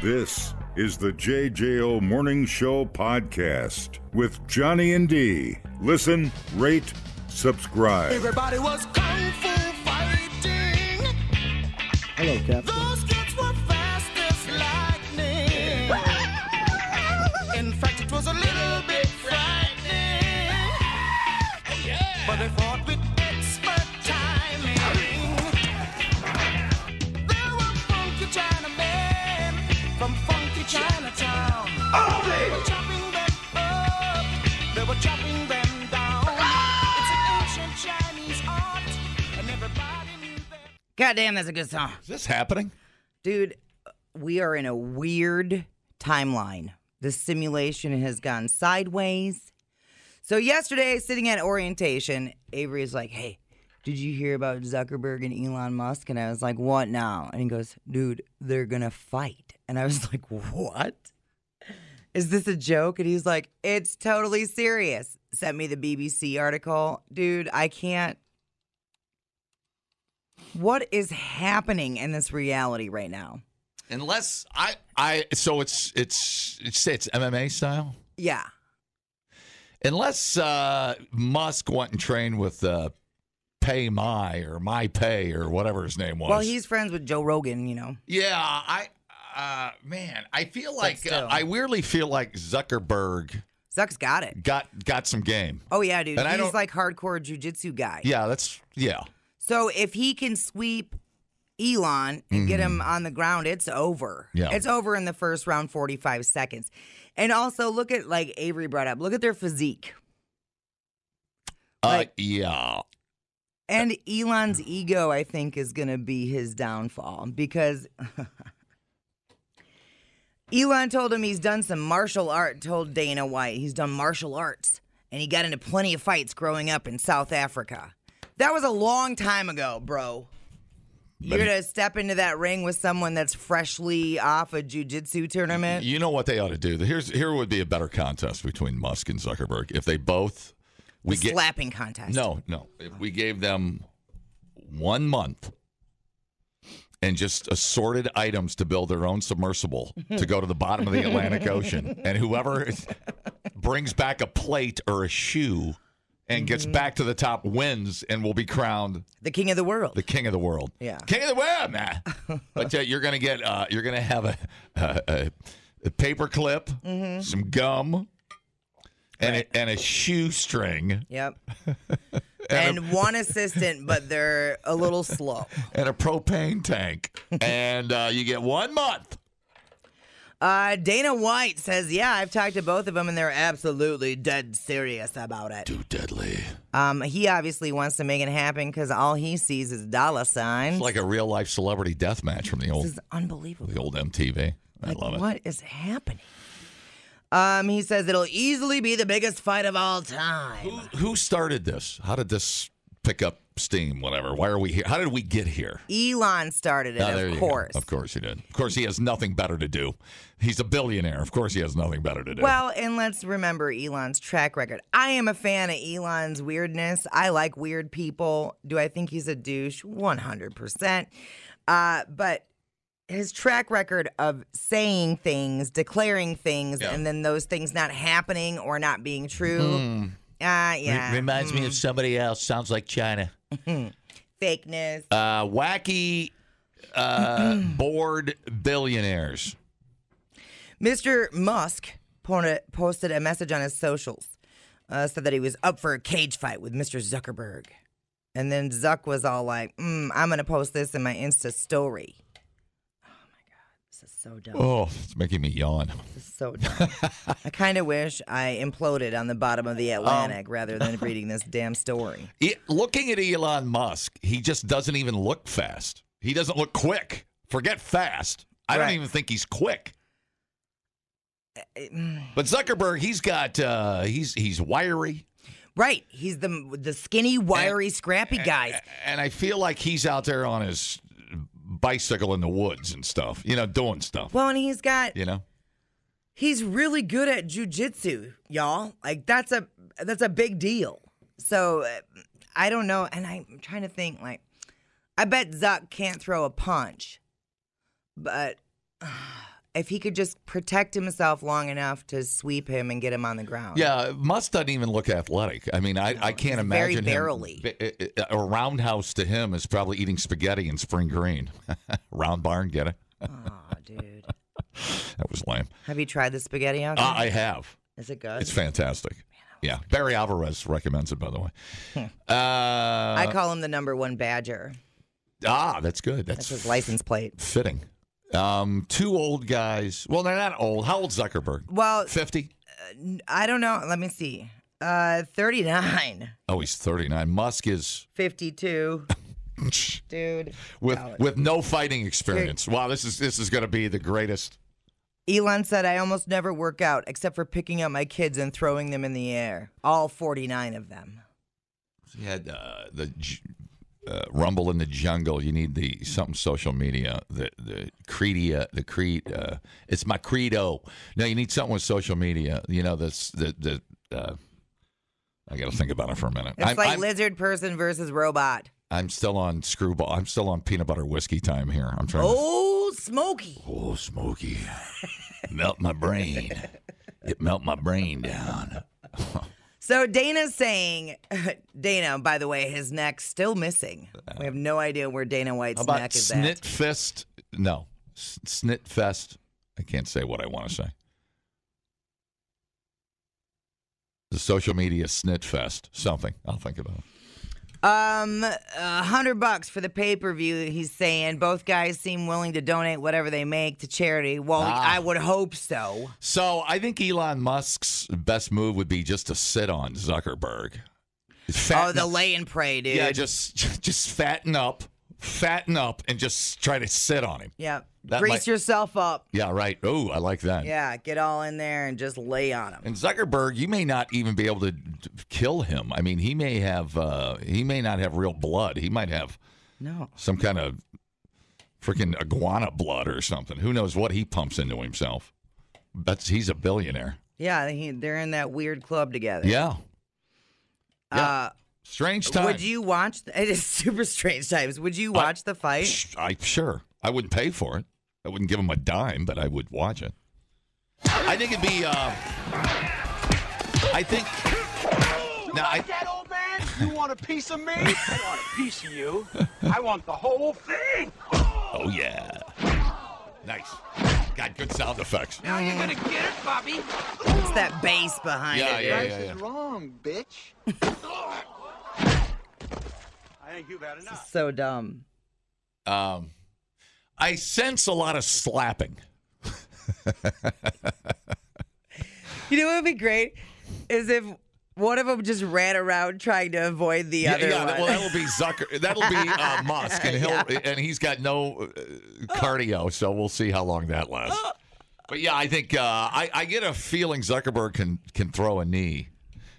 This is the JJO Morning Show podcast with Johnny and D. Listen, rate, subscribe. Everybody was kung fu fighting. Hello, Captain. Those kids were fast as lightning. In fact, it was a little bit frightening. But they fought with expert timing. There were funky Chinamen from funky Chinatown. They were chopping them up. They were chopping them down. It's an ancient Chinese art, and everybody knew that. God damn, that's a good song. Is this happening? Dude, we are in a weird timeline. The simulation has gone sideways. So, yesterday, sitting at orientation, Avery's like, Hey, did you hear about Zuckerberg and Elon Musk? And I was like, What now? And he goes, Dude, they're going to fight. And I was like, What? Is this a joke? And he's like, It's totally serious. Sent me the BBC article. Dude, I can't. What is happening in this reality right now? Unless I, I so it's it's it's it's MMA style. Yeah. Unless uh, Musk went and trained with uh, Pay My or My Pay or whatever his name was. Well, he's friends with Joe Rogan, you know. yeah. I uh, man, I feel like still. uh, I weirdly feel like Zuckerberg Zuck's got it. got got some game. Oh yeah, dude. And I He's don't- like hardcore jujitsu guy. Yeah, that's yeah. So if he can sweep Elon and get him on the ground, it's over. Mm-hmm. Yeah. It's over in the first round, 45 seconds. And also look at like Avery brought up, look at their physique. Uh, Like- yeah. And Elon's ego, I think, is going to be his downfall because Elon told him he's done some martial art, told Dana White he's done martial arts, and he got into plenty of fights growing up in South Africa. That was a long time ago, bro. You're But- going to step into that ring with someone that's freshly off a jujitsu tournament? You know what they ought to do? Here's here would be a better contest between Musk and Zuckerberg if they both we get Slapping contest. No, no. If we gave them one month and just assorted items to build their own submersible to go to the bottom of the Atlantic Ocean, and whoever brings back a plate or a shoe and gets back to the top wins and will be crowned The king of the world. the king of the world. Yeah. king of the world, man. but uh, you're gonna get, uh, you're gonna have a, a, a paper clip, some gum, and a, and a shoestring, Yep. and one assistant, but they're a little slow. and a propane tank, and uh, you get one month. Uh, Dana White says, "Yeah, I've talked to both of them, and they're absolutely dead serious about it." Too deadly. Um, he obviously wants to make it happen because all he sees is dollar signs. It's like a real life celebrity death match from the old this is unbelievable. the old MTV. I Like, love it. What is happening? Um, he says it'll easily be the biggest fight of all time. Who, who started this? How did this pick up steam? Whatever. Why are we here? How did we get here? Elon started it, Ah, there you of go. course. Of course he did. Of course he has nothing better to do. He's a billionaire. Of course he has nothing better to do. Well, and let's remember Elon's track record. I am a fan of Elon's weirdness. I like weird people. Do I think he's a douche? 100%. Uh, but his track record of saying things, declaring things, Yeah. and then those things not happening or not being true. Uh, yeah. me of somebody else. Sounds like China. fakeness. Uh, wacky, uh, bored billionaires. Mr. Musk pon- posted a message on his socials, uh, said that he was up for a cage fight with Mr. Zuckerberg. And then Zuck was all like, mm, I'm going to post this in my Insta story. Oh my God, this is so dumb. Oh, it's making me yawn. This is so dumb. I kind of wish I imploded on the bottom of the Atlantic rather than reading this damn story. E- looking at Elon Musk, he just doesn't even look fast. He doesn't look quick. Forget fast. I Right. Eh, don't even think he's quick. mm. But Zuckerberg, he's got uh, he's he's wiry. Right, he's the the skinny, wiry, scrappy guys. and I feel like he's out there on his bicycle in the woods and stuff, you know, doing stuff. Well, and he's got you know, he's really good at jujitsu, y'all. Like that's a that's a big deal. So uh, I don't know, and I'm trying to think. Like, I bet Zuck can't throw a punch, but if he could just protect himself long enough to sweep him and get him on the ground. Yeah, Musk doesn't even look athletic. I mean, I, I can't very imagine barely. him. b- eh, a- A roundhouse to him is probably eating spaghetti in spring green. Round barn, get it? Aw, dude. That was lame. Have you tried the spaghetti out? Uh, I have. Is it good? It's uh, fantastic. Yeah, Barry Alvarez recommends it, by the way. Uh, I call him the number one badger. ah, that's good. That's That's his license plate. fitting. Um, two old guys. Well, they're not old. How old Zuckerberg? Well, Fifty. I don't know. Let me see. Uh, 39, Oh, he's thirty nine. Musk is 52. Dude, with with no fighting experience. Wow, this is this is going to be the greatest. Elon said, I almost never work out except for picking up my kids and throwing them in the air. All 49 of them. He had uh, the j- uh, Rumble in the Jungle. You need the something social media. The the creedia the creed. Uh, it's my credo. No, you need something with social media. You know this the the. Uh, I got to think about it for a minute. It's I'm, like I'm, lizard person versus robot. I'm still on screwball. I'm still on peanut butter whiskey time here. I'm trying. to- Oh, smoky. Oh, Smokey, melt my brain. It melt my brain down. So Dana's saying, Dana, by the way, his neck's still missing. We have no idea where Dana White's How about neck is at. Snitfest? No, S- Snitfest. I can't say what I want to say. The social media Snitfest. Something. I'll think about it. Um, a hundred bucks for the pay per view. He's saying both guys seem willing to donate whatever they make to charity. Well, Ah. I would hope so. So I think Elon Musk's best move would be just to sit on Zuckerberg. Fat- Oh, the lay and pray, dude. yeah, just just fatten up, fatten up, and just try to sit on him. Yep. That Grease might- yourself up. Yeah, right. Oh, I like that. Yeah, get all in there and just lay on him. And Zuckerberg, you may not even be able to d- kill him. I mean, he may have uh, he may not have real blood. He might have No. some kind of freaking iguana blood or something. Who knows what he pumps into himself? That's he's a billionaire. Yeah, he, they're in that weird club together. Yeah. Uh, Strange time. Would you watch? It is super strange times. Would you watch the fight? Sh- I sure. I wouldn't pay for it. I wouldn't give him a dime, but I would watch it. I think it'd be. Uh, I think. No, I, that old man? You want a piece of me? I want a piece of you. I want the whole thing. oh yeah. Nice. Got good sound effects. Now you're gonna get it, Bobby. It's that bass behind Yeah, it. yeah, Price yeah, yeah. is wrong, bitch. I think you've had enough. So dumb. Um, I sense a lot of slapping. You know what would be great is if one of them just ran around trying to avoid the other yeah, one. well, that'll be Zucker. That'll be uh, Musk, and he'll and he's got no uh, cardio, so we'll see how long that lasts. But yeah, I think uh, I, I get a feeling Zuckerberg can can throw a knee.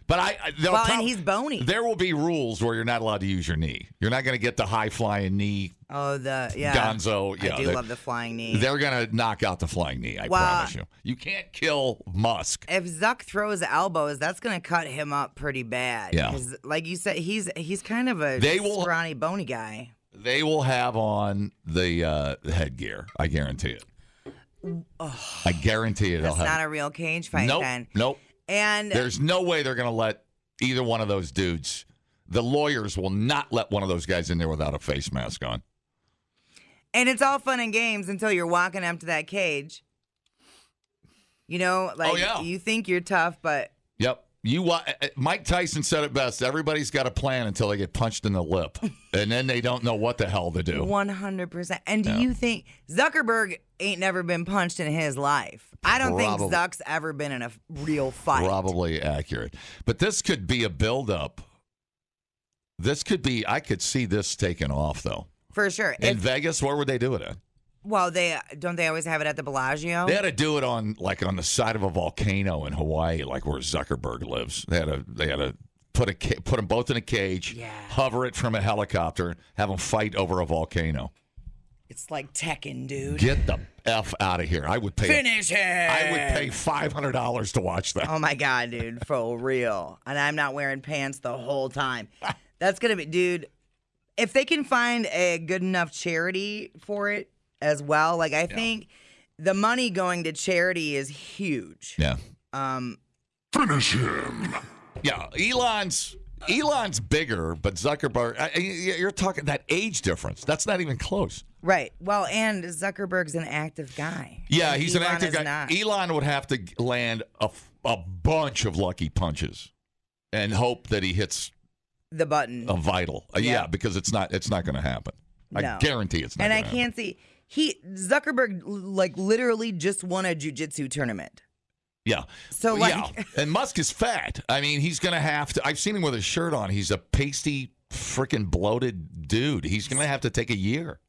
But I, I there'll Well, and prob- he's bony. There will be rules where you're not allowed to use your knee. You're not going to get the high flying knee. oh, the yeah. Gonzo, yeah, I do they- love the flying knee. They're going to knock out the flying knee. I Well- promise you. You can't kill Musk. if Zuck throws elbows, that's gonna cut him up pretty bad. Yeah. 'Cause like you said, he's he's kind of a They will- scrawny bony guy. They will have on the uh, headgear. I guarantee it. I guarantee it. That's they'll not have. a real cage fight nope. then. Nope. And There's no way they're going to let either one of those dudes. The lawyers will not let one of those guys in there without a face mask on. and it's all fun and games until you're walking up to that cage. You know, like Oh, yeah. you think you're tough, but Yep. You wa- uh, Mike Tyson said it best. Everybody's got a plan until they get punched in the lip, and then they don't know what the hell to do. One hundred percent. And do you think Zuckerberg ain't never been punched in his life? I don't Probably. think Zuck's ever been in a f- real fight. Probably accurate, but this could be a buildup. This could be. I could see this taking off though. For sure. In If- Vegas, where would they do it at? well, they don't they always have it at the Bellagio. They had to do it on like on the side of a volcano in Hawaii, like where Zuckerberg lives. They had to they had to put a ca- put them both in a cage, Yeah. hover it from a helicopter, have them fight over a volcano. It's like Tekken, dude. Get the f out of here! I would pay. Finish him. I would pay five hundred dollars to watch that. Oh my god, dude, for real. And I'm not wearing pants the whole time. That's gonna be, dude. If they can find a good enough charity for it as well, like I think the money going to charity is huge. Yeah. Um, Yeah, Elon's Elon's bigger, but Zuckerberg. I, I- you're talking that age difference. That's not even close. right. Well, and Zuckerberg's an active guy. Yeah, And he's an Elon active is guy. not. Elon would have to land a, f- a bunch of lucky punches and hope that he hits the button. a vital. Uh, yeah, Yeah. because it's not it's not going to happen. I No. guarantee it's not. and I gonna happen. can't see he Zuckerberg l- like literally just won a jujitsu tournament. Yeah. So, yeah, like- and Musk is fat. I mean, he's going to have to. I've seen him with a shirt on. He's a pasty, freaking bloated dude. He's going to have to take a year.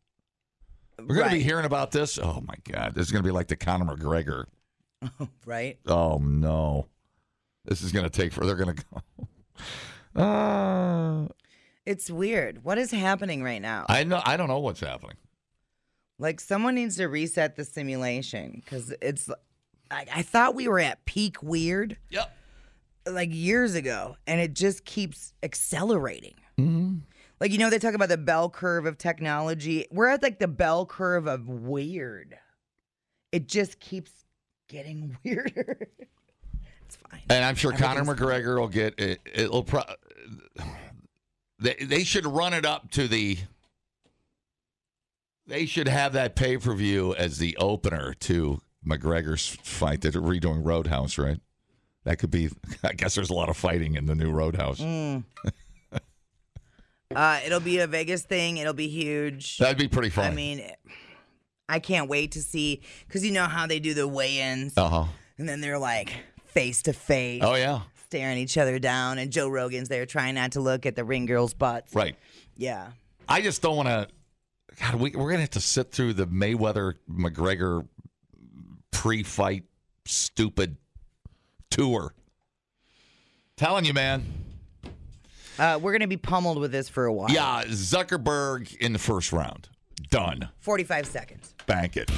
We're going to be Right. hearing about this. Oh my God, this is going to be like the Conor McGregor. Right? Oh no, this is going to take. For they're going to go. Uh, It's weird. What is happening right now? I know. I don't know what's happening. Like someone needs to reset the simulation because it's. I, I thought we were at peak weird Yep. like years ago, and it just keeps accelerating. Like you know, they talk about the bell curve of technology. We're at like the bell curve of weird. It just keeps getting weirder. it's fine. And I'm sure Conor Everything's- McGregor will get it. It'll pro. They they should run it up to the. They should have that pay per view as the opener to McGregor's fight that they're redoing Roadhouse, right? That could be. I guess there's a lot of fighting in the new Roadhouse. Mm. Uh, it'll be a Vegas thing. It'll be huge. That'd be pretty fun. I mean, I can't wait to see because you know how they do the weigh-ins, uh huh. and then they're like face to face, Oh yeah, staring each other down, and Joe Rogan's there trying not to look at the ring girls' butts. right. Yeah, I just don't want to. God, we, we're gonna have to sit through the Mayweather McGregor pre-fight stupid tour. Telling you, man. uh, we're gonna be pummeled with this for a while. Yeah, Zuckerberg in the first round. Done. forty-five seconds. Bank it.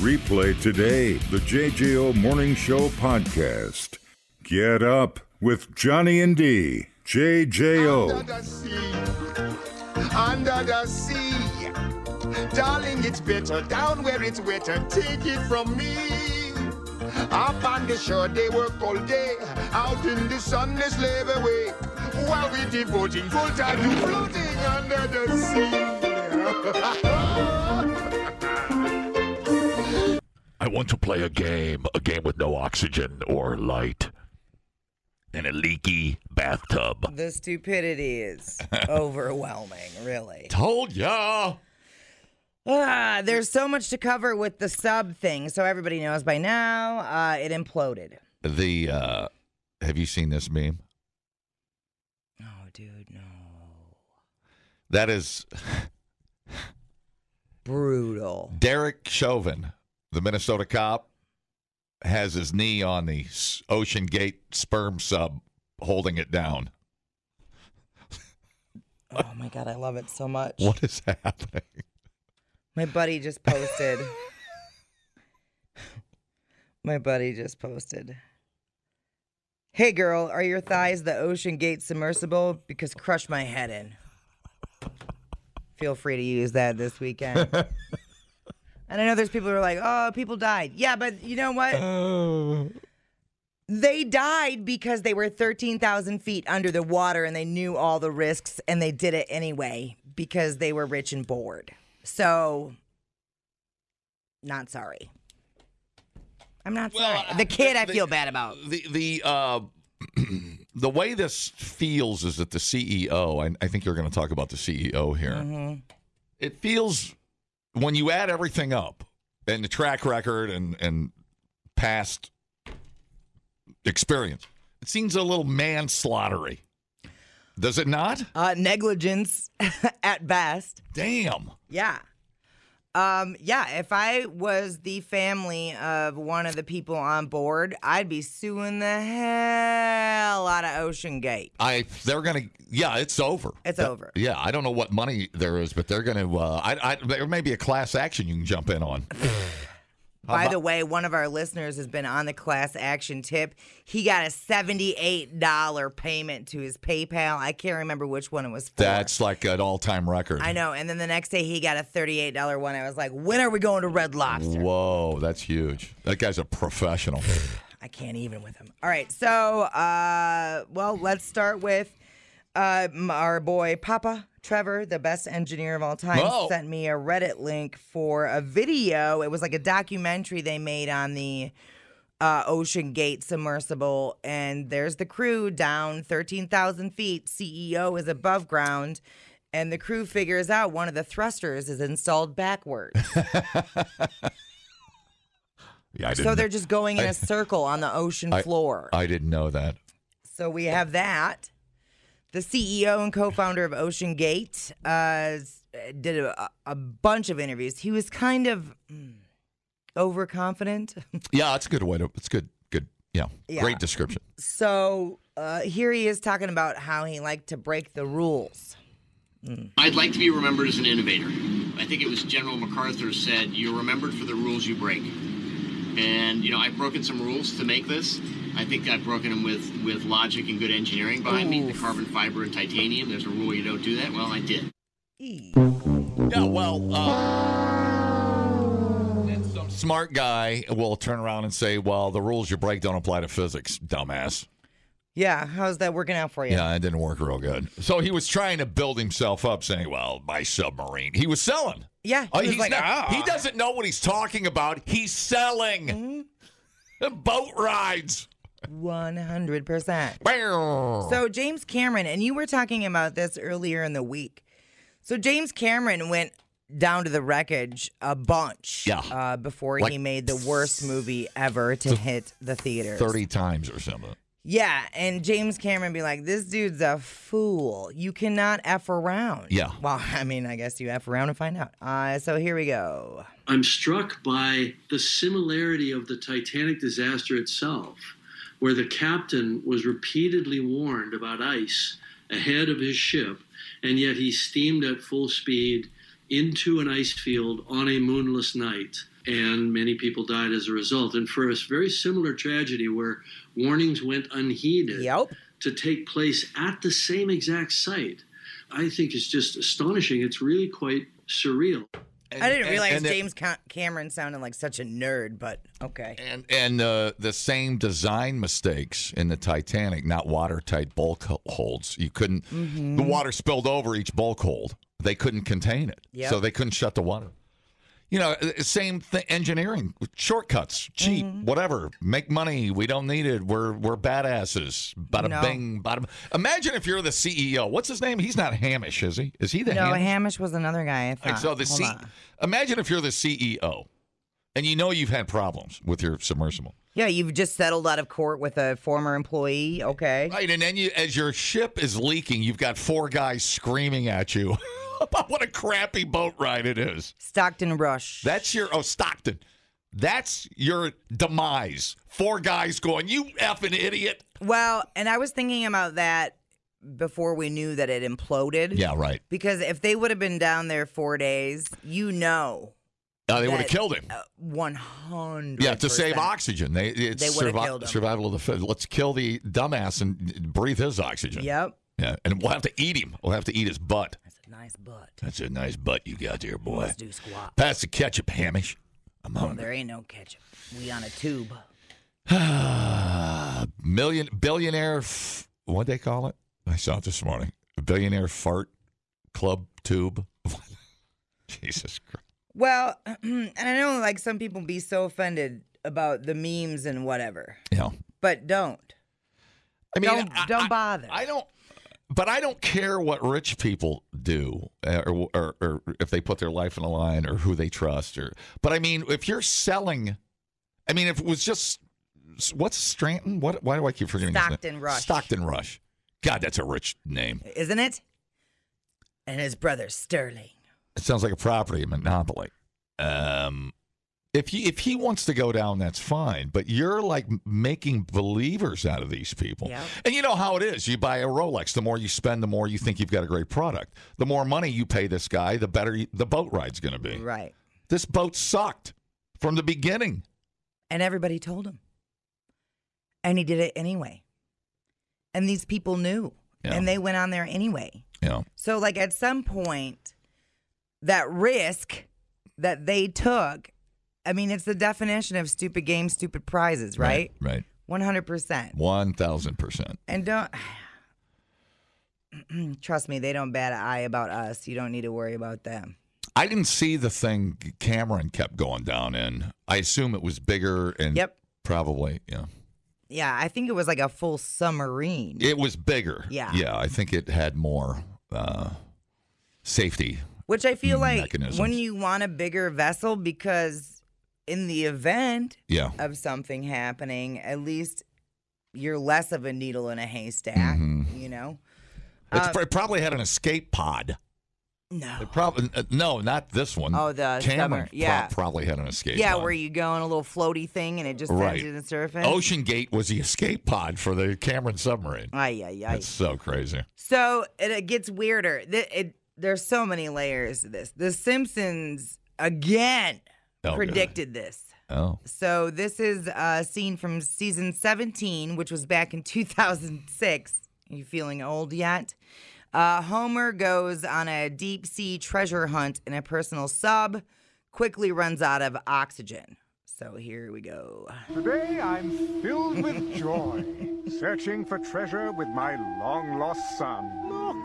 Replay today the JJO Morning Show podcast. Get up with Johnny and D. JJO. Under the sea, under the sea. Darling, it's better down where it's wetter. Take it from me. Up on the shore, they work all day. Out in the sun, they slave away. While we devoting full time to floating under the sea. I want to play a game, a game with no oxygen or light, in a leaky bathtub. The stupidity is overwhelming, really. Told ya. Ah, there's so much to cover with the sub thing, so everybody knows by now uh, it imploded. The uh have you seen this meme? Oh, dude, no. That is Brutal. Derek Chauvin, the Minnesota cop, has his knee on the s- Ocean Gate sperm sub, holding it down. Oh my god, I love it so much. What is happening? My buddy just posted. my buddy just posted. Hey girl, are your thighs the Ocean Gate submersible? Because crush my head in. Feel free to use that this weekend. and I know there's people who are like, oh, people died. Yeah, but you know what? They died because they were 13,000 feet under the water and they knew all the risks and they did it anyway because they were rich and bored. So, not sorry. I'm not Well, sorry. The kid I feel bad about. The the uh, the way this feels is that the CEO. I, I think you're going to talk about the CEO here. It feels when you add everything up and the track record and and past experience, it seems a little manslaughtery. Does it not? Uh, negligence at best. Damn. Yeah. Um, yeah, if I was the family of one of the people on board, I'd be suing the hell out of Ocean Gate. I they're gonna yeah it's over It's That- over. yeah I don't know what money there is but they're gonna uh, I, I there may be a class action you can jump in on By about- the way, one of our listeners has been on the class action tip. He got a $78 payment to his PayPal. I can't remember which one it was for. That's like an all-time record. I know. And then the next day he got a $38 one. I was like, when are we going to Red Lobster? Whoa, that's huge. That guy's a professional. I can't even with him. All right. So, uh, well, let's start with uh, m- our boy Papa Trevor, the best engineer of all time, Oh. sent me a Reddit link for a video. It was like a documentary they made on the uh, Ocean Gate submersible. And there's the crew down 13,000 feet. CEO is above ground. And the crew figures out one of the thrusters is installed backwards. Yeah, I didn't. so they're just going in a I- circle on the ocean I- floor. I didn't know that. So we have that. The CEO and co-founder of Ocean Gate uh, s- did a, a bunch of interviews. He was kind of mm, overconfident, Yeah, that's a good way to. It's good. Good. Yeah. Yeah. Great description. so uh, here he is talking about how he liked to break the rules. I'd like to be remembered as an innovator. I think it was General MacArthur said, "You're remembered for the rules you break." And you know, I've broken some rules to make this. I think I've broken them with with logic and good engineering behind me. The carbon fiber and titanium. There's a rule you don't do that. Well, I did. E. Yeah. Well. uh, some smart guy will turn around and say, "Well, the rules you break don't apply to physics, dumbass." Yeah, how's that working out for you? Yeah, it didn't work real good. So he was trying to build himself up, saying, "Well, my submarine." He was selling. Yeah, he Oh, was he's like, not- "Ah." He doesn't know what he's talking about. He's selling boat rides. One hundred percent. So James Cameron, and you were talking about this earlier in the week. So James Cameron went down to the wreckage a bunch Yeah. uh, before Like- he made the worst movie ever to hit the theaters. Thirty times or something. Yeah, and James Cameron be like, "This dude's a fool. You cannot f around." Yeah. Well, I mean, I guess you f around and find out. Uh, so here we go. I'm struck by the similarity of the Titanic disaster itself, where the captain was repeatedly warned about ice ahead of his ship, and yet he steamed at full speed into an ice field on a moonless night, and many people died as a result. And for a very similar tragedy where warnings went unheeded Yep. to take place at the same exact site, I think is just astonishing. It's really quite surreal. I didn't and- realize and it- James Ca- Cameron sounded like such a nerd, but okay. And and uh, the same design mistakes in the Titanic, not watertight bulk ho- holds. You couldn't. Mm-hmm. The water spilled over each bulk hold. They couldn't contain it, Yep. so they couldn't shut the water. You know, uh, same th- engineering shortcuts, cheap, Mm-hmm. whatever. Make money. We don't need it. We're we're badasses. Bada No. bing, bada. Imagine if you're the CEO. What's his name? He's not Hamish, is he? Is he the No, Hamish? Hamish was another guy. I thought. Like, so the Hold C- on. imagine if you're the CEO and you know you've had problems with your submersible. Yeah, you've just settled out of court with a former employee. Okay. Right, and then you as your ship is leaking, you've got four guys screaming at you about what a crappy boat ride it is. Stockton Rush. That's your oh Stockton. That's your demise. Four guys going, "You effing idiot." well, and I was thinking about that before we knew that it imploded. Yeah, right. Because if they would have been down there four days, you know, Uh, they would have That- killed him. 100 Yeah, to save oxygen. They it's They would've survi- killed him. survival of the fittest. Let's kill the dumbass and breathe his oxygen. Yep. Yeah, and we'll have to eat him. We'll have to eat his butt. That's a nice butt. That's a nice butt you got there, boy. Let's do squat. Pass the ketchup, Hamish. I'm Oh, hungry. there ain't no ketchup. We on a tube. Million billionaire, f- what they call it? I saw it this morning. Billionaire fart club tube. Jesus Christ! Well, and I know like some people be so offended about the memes and whatever, Yeah, but don't. I mean, Don't- I- don't I- bother. I don't. But I don't care what rich people do, uh, or, or, or if they put their life on the line, or who they trust, or. But I mean, if you're selling, I mean, if it was just what's Stranton? What? Why do I keep forgetting? his name? Stockton Rush. Stockton Rush. God, that's a rich name. isn't it? And his brother Sterling. It sounds like a property monopoly. Um, if he if he wants to go down, that's fine. But you're like m- making believers out of these people, Yep. and you know how it is. You buy a Rolex. The more you spend, the more you think you've got a great product. The more money you pay this guy, the better you, the boat ride's going to be. Right. This boat sucked. from the beginning. And everybody told him. And he did it anyway. And these people knew. Yeah. And they went on there anyway. Yeah. So, like, at some point, that risk that they took, I mean, it's the definition of stupid games, stupid prizes, right? Right. 100%. One thousand percent. And don't. Trust me, they don't bat an eye about us. You don't need to worry about them. I didn't see the thing Cameron kept going down in. I assume it was bigger and Yep. probably yeah. Yeah, I think it was like a full submarine. It was bigger. Yeah. Yeah, I think it had more uh, safety. Which I feel like Mm, Mechanisms. when you want a bigger vessel, because in the event Yeah. of something happening, at least you're less of a needle in a haystack, Mm-hmm. you know? It's, Uh, it probably had an escape pod. No. It probably uh, no, not this one. Oh, the Cameron summer- yeah. pro- probably had an escape. yeah, pod. where you go on a little floaty thing and it just sends Right. Oh, you to the surface. Ocean Gate was the escape pod for the Cameron submarine. Ay, ay, ay. That's so crazy. So it, it gets weirder. Th- it, there's so many layers to this. The Simpsons again Oh, God. predicted this. Oh, So this is a scene from season 17, which was back in 2006. Are you feeling old yet? Uh, Homer goes on a deep sea treasure hunt in a personal sub, quickly runs out of oxygen. So here we go. Today I'm filled with joy, searching for treasure with my long lost son. Look,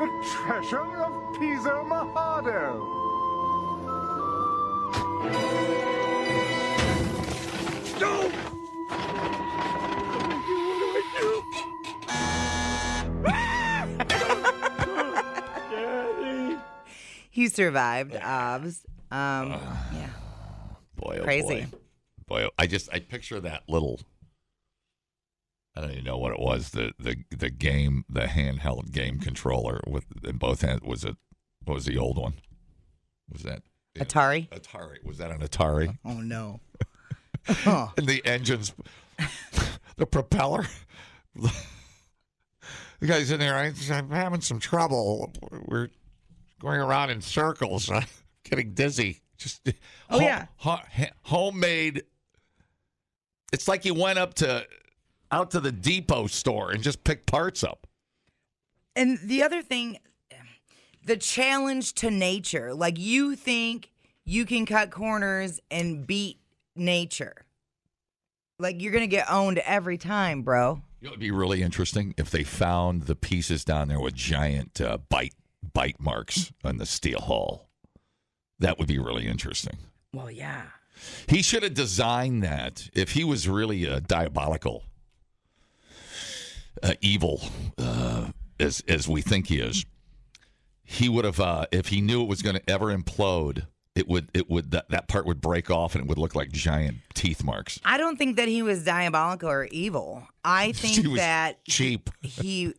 the treasure of Pisa Mahado. No! He survived, obs. Um, yeah. boy, oh Crazy. boy, boy! oh- I just I picture that little. I don't even know what it was. The the the game, the handheld game controller with in both hands was it? What was the old one? Was that Atari? Atari was that an Atari? Oh, no. and the engines, the propeller. the guy's in there. I, I'm having some trouble. We're going around in circles. I'm getting dizzy. Just Oh, yeah. ho- ha- homemade. It's like you went up to out to the depot store and just picked parts up. And the other thing, the challenge to nature. Like you think you can cut corners and beat nature. Like you're gonna get owned every time, bro. You know, it'd be really interesting if they found the pieces down there with giant uh, bite bite marks on the steel hull. That would be really interesting. Well, yeah. He should have designed that if he was really a diabolical, uh, evil, uh, as as we think he is. He would have uh, if he knew it was going to ever implode. It would it would that, that part would break off and it would look like giant teeth marks. I don't think that he was diabolical or evil. I He think was that cheap. he,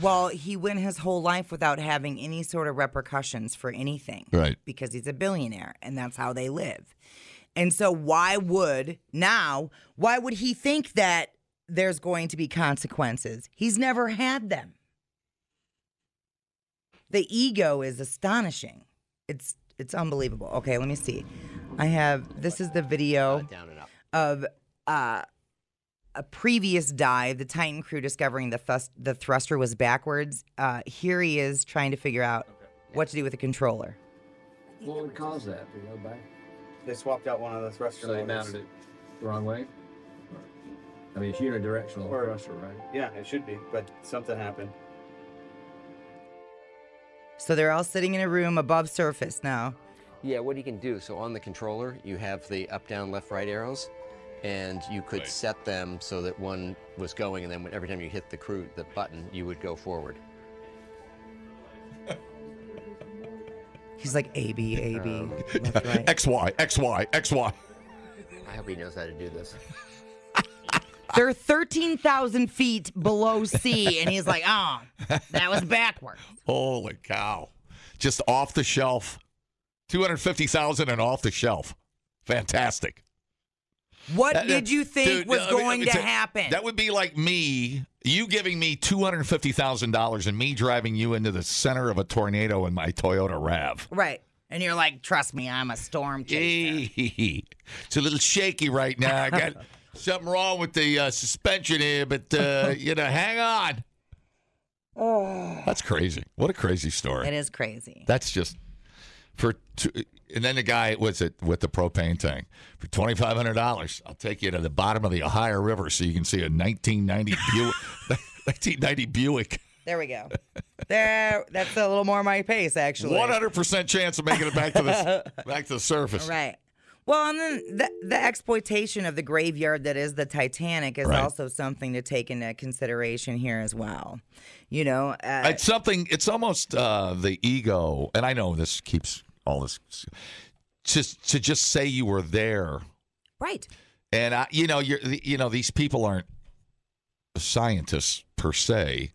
well, he went his whole life without having any sort of repercussions for anything. Right. Because he's a billionaire and that's how they live. And so, why would now, why would he think that there's going to be consequences? He's never had them. The ego is astonishing. It's it's unbelievable. Okay, let me see. I have this is the video of uh, a previous dive, the Titan crew discovering the thus the thruster was backwards. Uh, here he is trying to figure out what to do with the controller. What would cause that? Do you know back? They swapped out one of the thruster So they motors. mounted it the wrong way? I mean, it's unidirectional Or- thruster, right? Yeah, it should be, but something happened. So they're all sitting in a room above surface now. Yeah, what you can do, so on the controller, you have the up, down, left, right arrows, and you could set them so that one was going, and then when- every time you hit the crew, the button, you would go forward. He's like A B A B. Oh. X Y X Y X Y. I hope he knows how to do this. They're thirteen thousand feet below sea, and he's like, "Oh, that was backward." Holy cow! Just off the shelf, two hundred fifty thousand and off the shelf. Fantastic. What That- did you think Dude, was I mean, going it's to a- happen? That would be like me, you giving me two hundred fifty thousand dollars and me driving you into the center of a tornado in my Toyota Rav. right. And you're like, trust me, I'm a storm chaser. it's a little shaky right now. I got something wrong with the uh, suspension here, but uh, you know, hang on. Oh. That's crazy. What a crazy story. It is crazy. That's just for. Two, and then the guy was it with the propane tank for twenty five hundred dollars. I'll take you to the bottom of the Ohio River so you can see a nineteen ninety Buick. nineteen ninety Buick. There we go. there, that's a little more my pace, actually. One hundred percent chance of making it back to the back to the surface. Right. Well, and then the, the exploitation of the graveyard that is the Titanic is Right. also something to take into consideration here as well. You know, uh, it's something it's almost uh the ego and i know this keeps all this just to just say you were there right. and i you know you're you know these people aren't scientists per se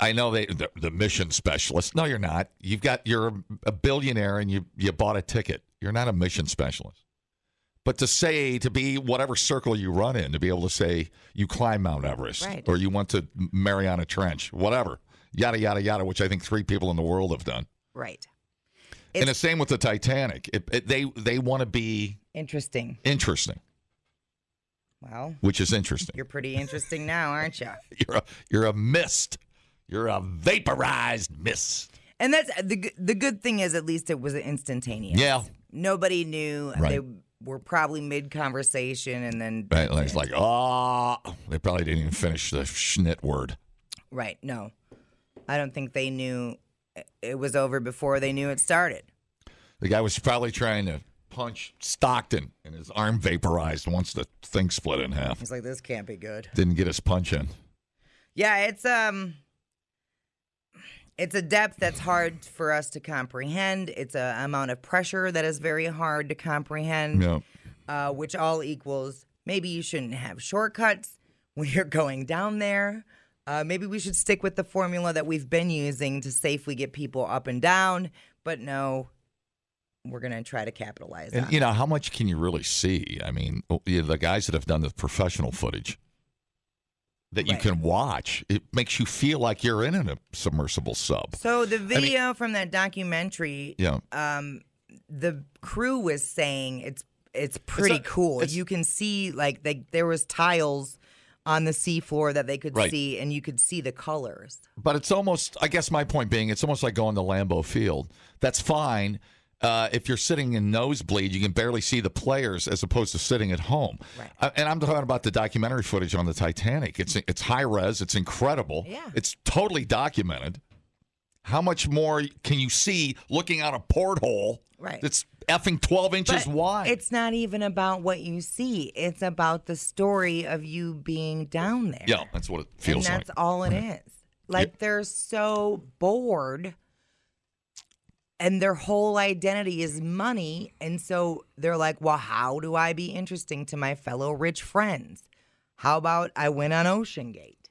i know they the, the mission specialist no you're not you've got you're a, a billionaire and you you bought a ticket you're not a mission specialist but to say to be whatever circle you run in to be able to say you climb mount everest Right. or you went to mariana trench whatever yada yada yada which i think three people in the world have done Right. and the same with the titanic it, it, they they want to be Interesting. interesting Well, which is interesting you're pretty interesting now, aren't you? you're a, you're a mist you're a vaporized mist And that's the g- the good thing is at least it was instantaneous. Yeah. Nobody knew they Right. were probly mid conversation and then right like, it's like ah they probably didn't even finish the schnit word right, no. I don't think they knew it was over before they knew it started. the guy was probably trying to punch stockton and his arm vaporized once the thing split in half He's like this can't be good. didn't get his punch in Yeah, it's um it's a depth that's hard for us to comprehend. It's a amount of pressure that is very hard to comprehend. Yeah. Uh, which all equals maybe you shouldn't have shortcuts when you're going down there. Uh, maybe we should stick with the formula that we've been using to safely get people up and down. But no, we're gonna try to capitalize on. And, you know, how much can you really see? I mean, you know, the guys that have done the professional footage that you can watch, it makes you feel like you're in a submersible sub. So the video from that documentary, Yeah. um, the crew was saying it's it's pretty not- cool. you can see like they, there was tiles on the seafloor that they could Right. see, and you could see the colors. But it's almost, I guess my point being, it's almost like going to Lambeau Field. That's fine. Uh, if you're sitting in nosebleed, you can barely see the players as opposed to sitting at home. Right. and I'm talking about the documentary footage on the Titanic. It's it's high res. It's incredible. Yeah. It's totally documented. How much more can you see looking out a porthole? Right. That's effing 12 inches But wide. It's not even about what you see; it's about the story of you being down there. Yeah, that's what it feels and like. that's all it is. Like they're so bored, and their whole identity is money, and so they're like, "Well, how do I be interesting to my fellow rich friends? How about I went on Ocean Gate,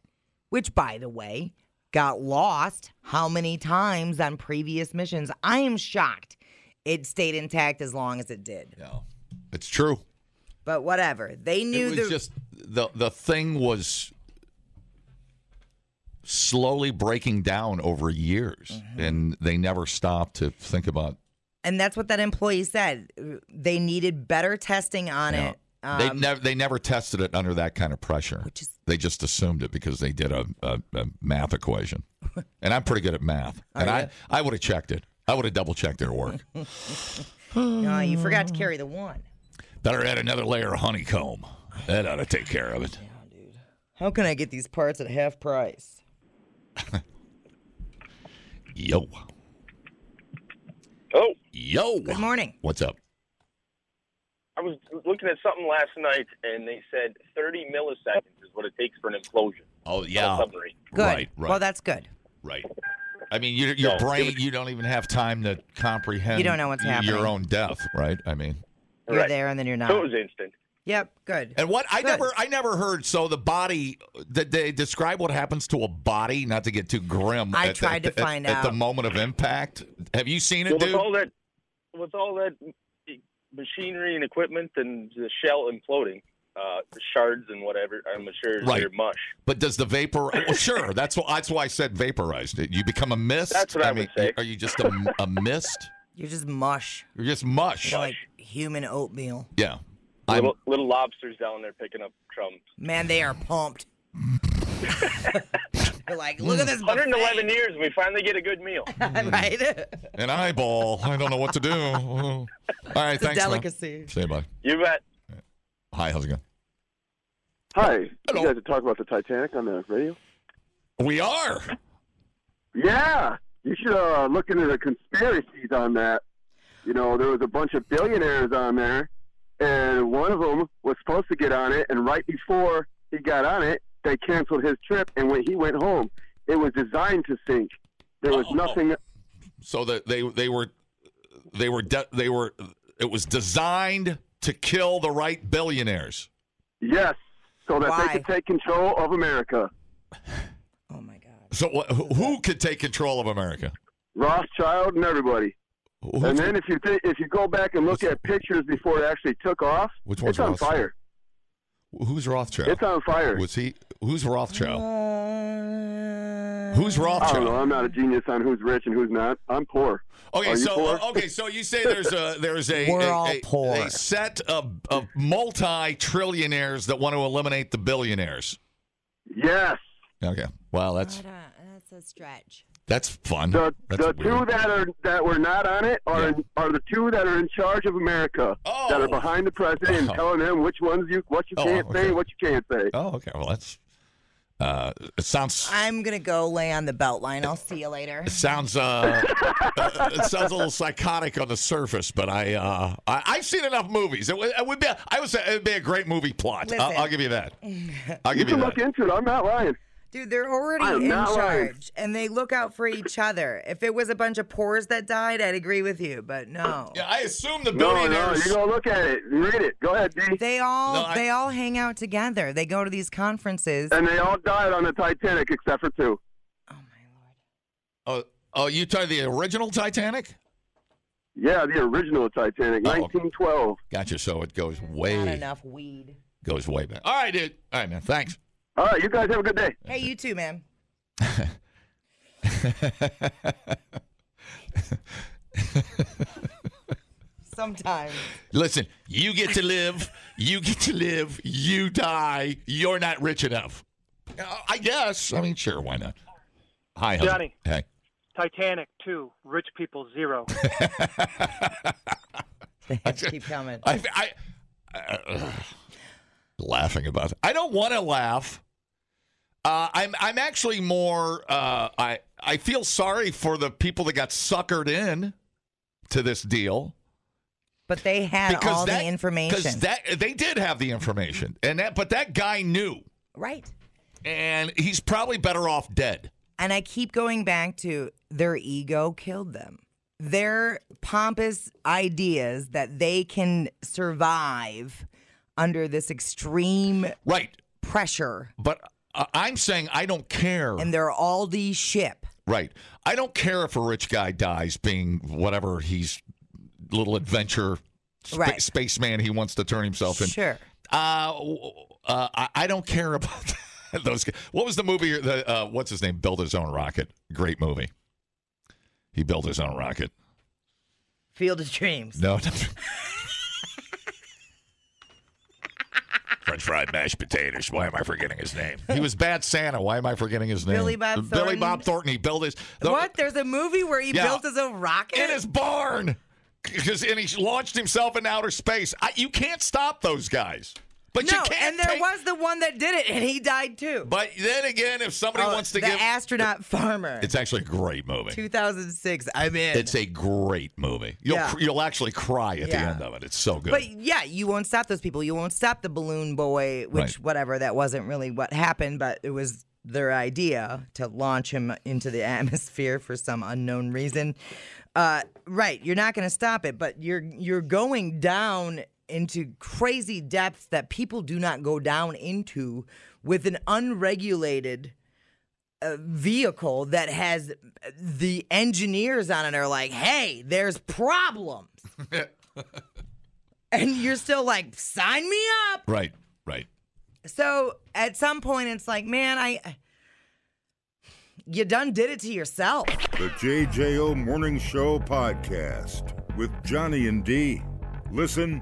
which, by the way, got lost how many times on previous missions? I am shocked it stayed intact as long as it did. No, It's true. but whatever. They knew it was the just the the thing was slowly breaking down over years Mm-hmm. and they never stopped to think about And that's what that employee said. They needed better testing on it. they Um, never they never tested it under that kind of pressure they just assumed it because they did a, a, a math equation and i'm pretty good at math and i i would have checked it i would have double checked their work no, you forgot to carry the one. better add another layer of honeycomb that ought to take care of it How can I get these parts at half price? yo Oh, yo Good morning. what's up I was looking at something last night, and they said 30 milliseconds is what it takes for an implosion. oh on yeah a submarine. Good. right right Well, that's good. Right. I mean, your, your No, it brain, was- you don't even have time to comprehend You don't know what's y- happening. Your own death, right? I mean, You're there and then you're not. So it was instant. Yep. Good. and what I never, I never heard. So the body, did they describe what happens to a body? Not to get too grim. I at the- tried to at- find at the out. moment of impact. Have you seen it, Well, with dude? all that, with all that machinery and equipment and the shell imploding, uh, the shards and whatever, I'm sure Right. they're mush. But does the vapor? oh, Well, sure. That's why. That's why I said vaporized. You become a mist. That's what I, mean, Are you just a, a mist? You're just mush. You're just mush. You're like human oatmeal. Yeah. Little, little lobsters down there picking up crumbs. Man, they are pumped. They're like, look Mm. at this. 111 years, we finally get a good meal. right? An eyeball. I don't know what to do. All right, It's a thanks. man. delicacy. Say bye. You bet. Hi, how's it going? Hi. You guys are talking about the Titanic on the radio? We are. Yeah. You should uh, look into the conspiracies on that. You know, there was a bunch of billionaires on there, and one of them was supposed to get on it, and right before he got on it, they canceled his trip, and when he went home, it was designed to sink. There Oh. was nothing. So that they they were they were de- they were it was designed to kill the right billionaires. Yes, so that they could take control of America. Oh So wh- who- who could take control of America? Rothschild and everybody. and then if you th- if you go back and look at pictures before it actually took off, Which one's Oh. it's on Rothschild? fire. Who's Rothschild? It's on fire. Was he? Who's Rothschild? Uh, Uh, Who's Rothschild? I don't know. I'm not a genius on who's rich and who's not. I'm poor. Okay, Are you so uh, poor? okay, so you say there's a there's a We're a, all a- poor. a set of, of multi trillionaires that want to eliminate the billionaires. Yes. Okay. Well, that's That's a stretch. that's fun. The, That's the two weird. that are that were not on it are are the two that are in charge of America that are behind the president and telling him which ones you what you Oh, can't okay. say, what you can't say. Oh, okay. Well, that's uh, it sounds I'm going to go lay on the belt line. I'll see you later. it sounds uh, it sounds a little psychotic on the surface, but I uh, I, I've seen enough movies. It, would- it would be a, I would say it'd be a great movie plot. I'll, Listen. I'll give you that. I'll you give you, can that. look into it. I'm not lying. Dude, they're already I am in not charge lying. and they look out for each other. If it was a bunch of poors that died, I'd agree with you, but no. Yeah, I assume the No, no, billionaires. you go look at it. Read it. Go ahead, D. They all No, I- they all hang out together. They go to these conferences. And they all died on the Titanic except for two. Oh, oh, you tried the original Titanic? Yeah, the original Titanic, 1912. Gotcha. So it goes way enough weed. goes way back. All right, dude. All right, man. Thanks. All right, you guys have a good day. Hey, you too, man. Sometimes. Listen, you get to live. You get to live. You die. You're not rich enough. Uh, I guess. I mean, sure. Why not? Hi, how's it- Johnny. Hey. Titanic two, rich people zero. Keep coming. I, I, uh, laughing about it. I don't want to laugh. Uh, I'm I'm actually more. Uh, I I feel sorry for the people that got suckered in to this deal But they had all that- the 'cause information. that they did have the information, and that but that guy knew, right? And he's probably better off dead. And I keep going back to their ego killed them. Their pompous ideas that they can survive under this extreme right pressure. But uh, I'm saying I don't care. And they're Aldi ship. Right. I don't care if a rich guy dies being whatever he's little adventure spa- Right. spaceman he wants to turn himself in. Sure. Uh, w- uh, I, I don't care about those. guys. What was the movie? The uh, what's his name? Built his own rocket. Great movie. He built his own rocket. Field of Dreams. No. no. French fried mashed potatoes. Why am I forgetting his name? He was Bad Santa. Why am I forgetting his name? Billy Bob Billy Thornton. Bob Thornton. He built his. the- What? There's a movie where he Yeah. built his own rocket? in his barn because and he launched himself in outer space. I, you can't stop those guys, but no, you can't. and there take- was the one that did it, and he died too. But then again, if somebody Oh, wants to the give astronaut farmer, it's actually a great movie. 2006. I'm in. It's a great movie. You'll Yeah. cr- you'll actually cry at the Yeah. end of it. It's so good. But yeah, you won't stop those people. You won't stop the balloon boy, which Right. whatever that wasn't really what happened, but it was their idea to launch him into the atmosphere for some unknown reason. Uh, right, you're not going to stop it, but you're you're going down into crazy depths that people do not go down into with an unregulated uh, vehicle that has the engineers on it are like, "Hey, there's problems." and you're still like, sign me up. right, right. So at some point, it's like, man, I. you done did it to yourself. The JJO Morning Show podcast with Johnny and D. Listen,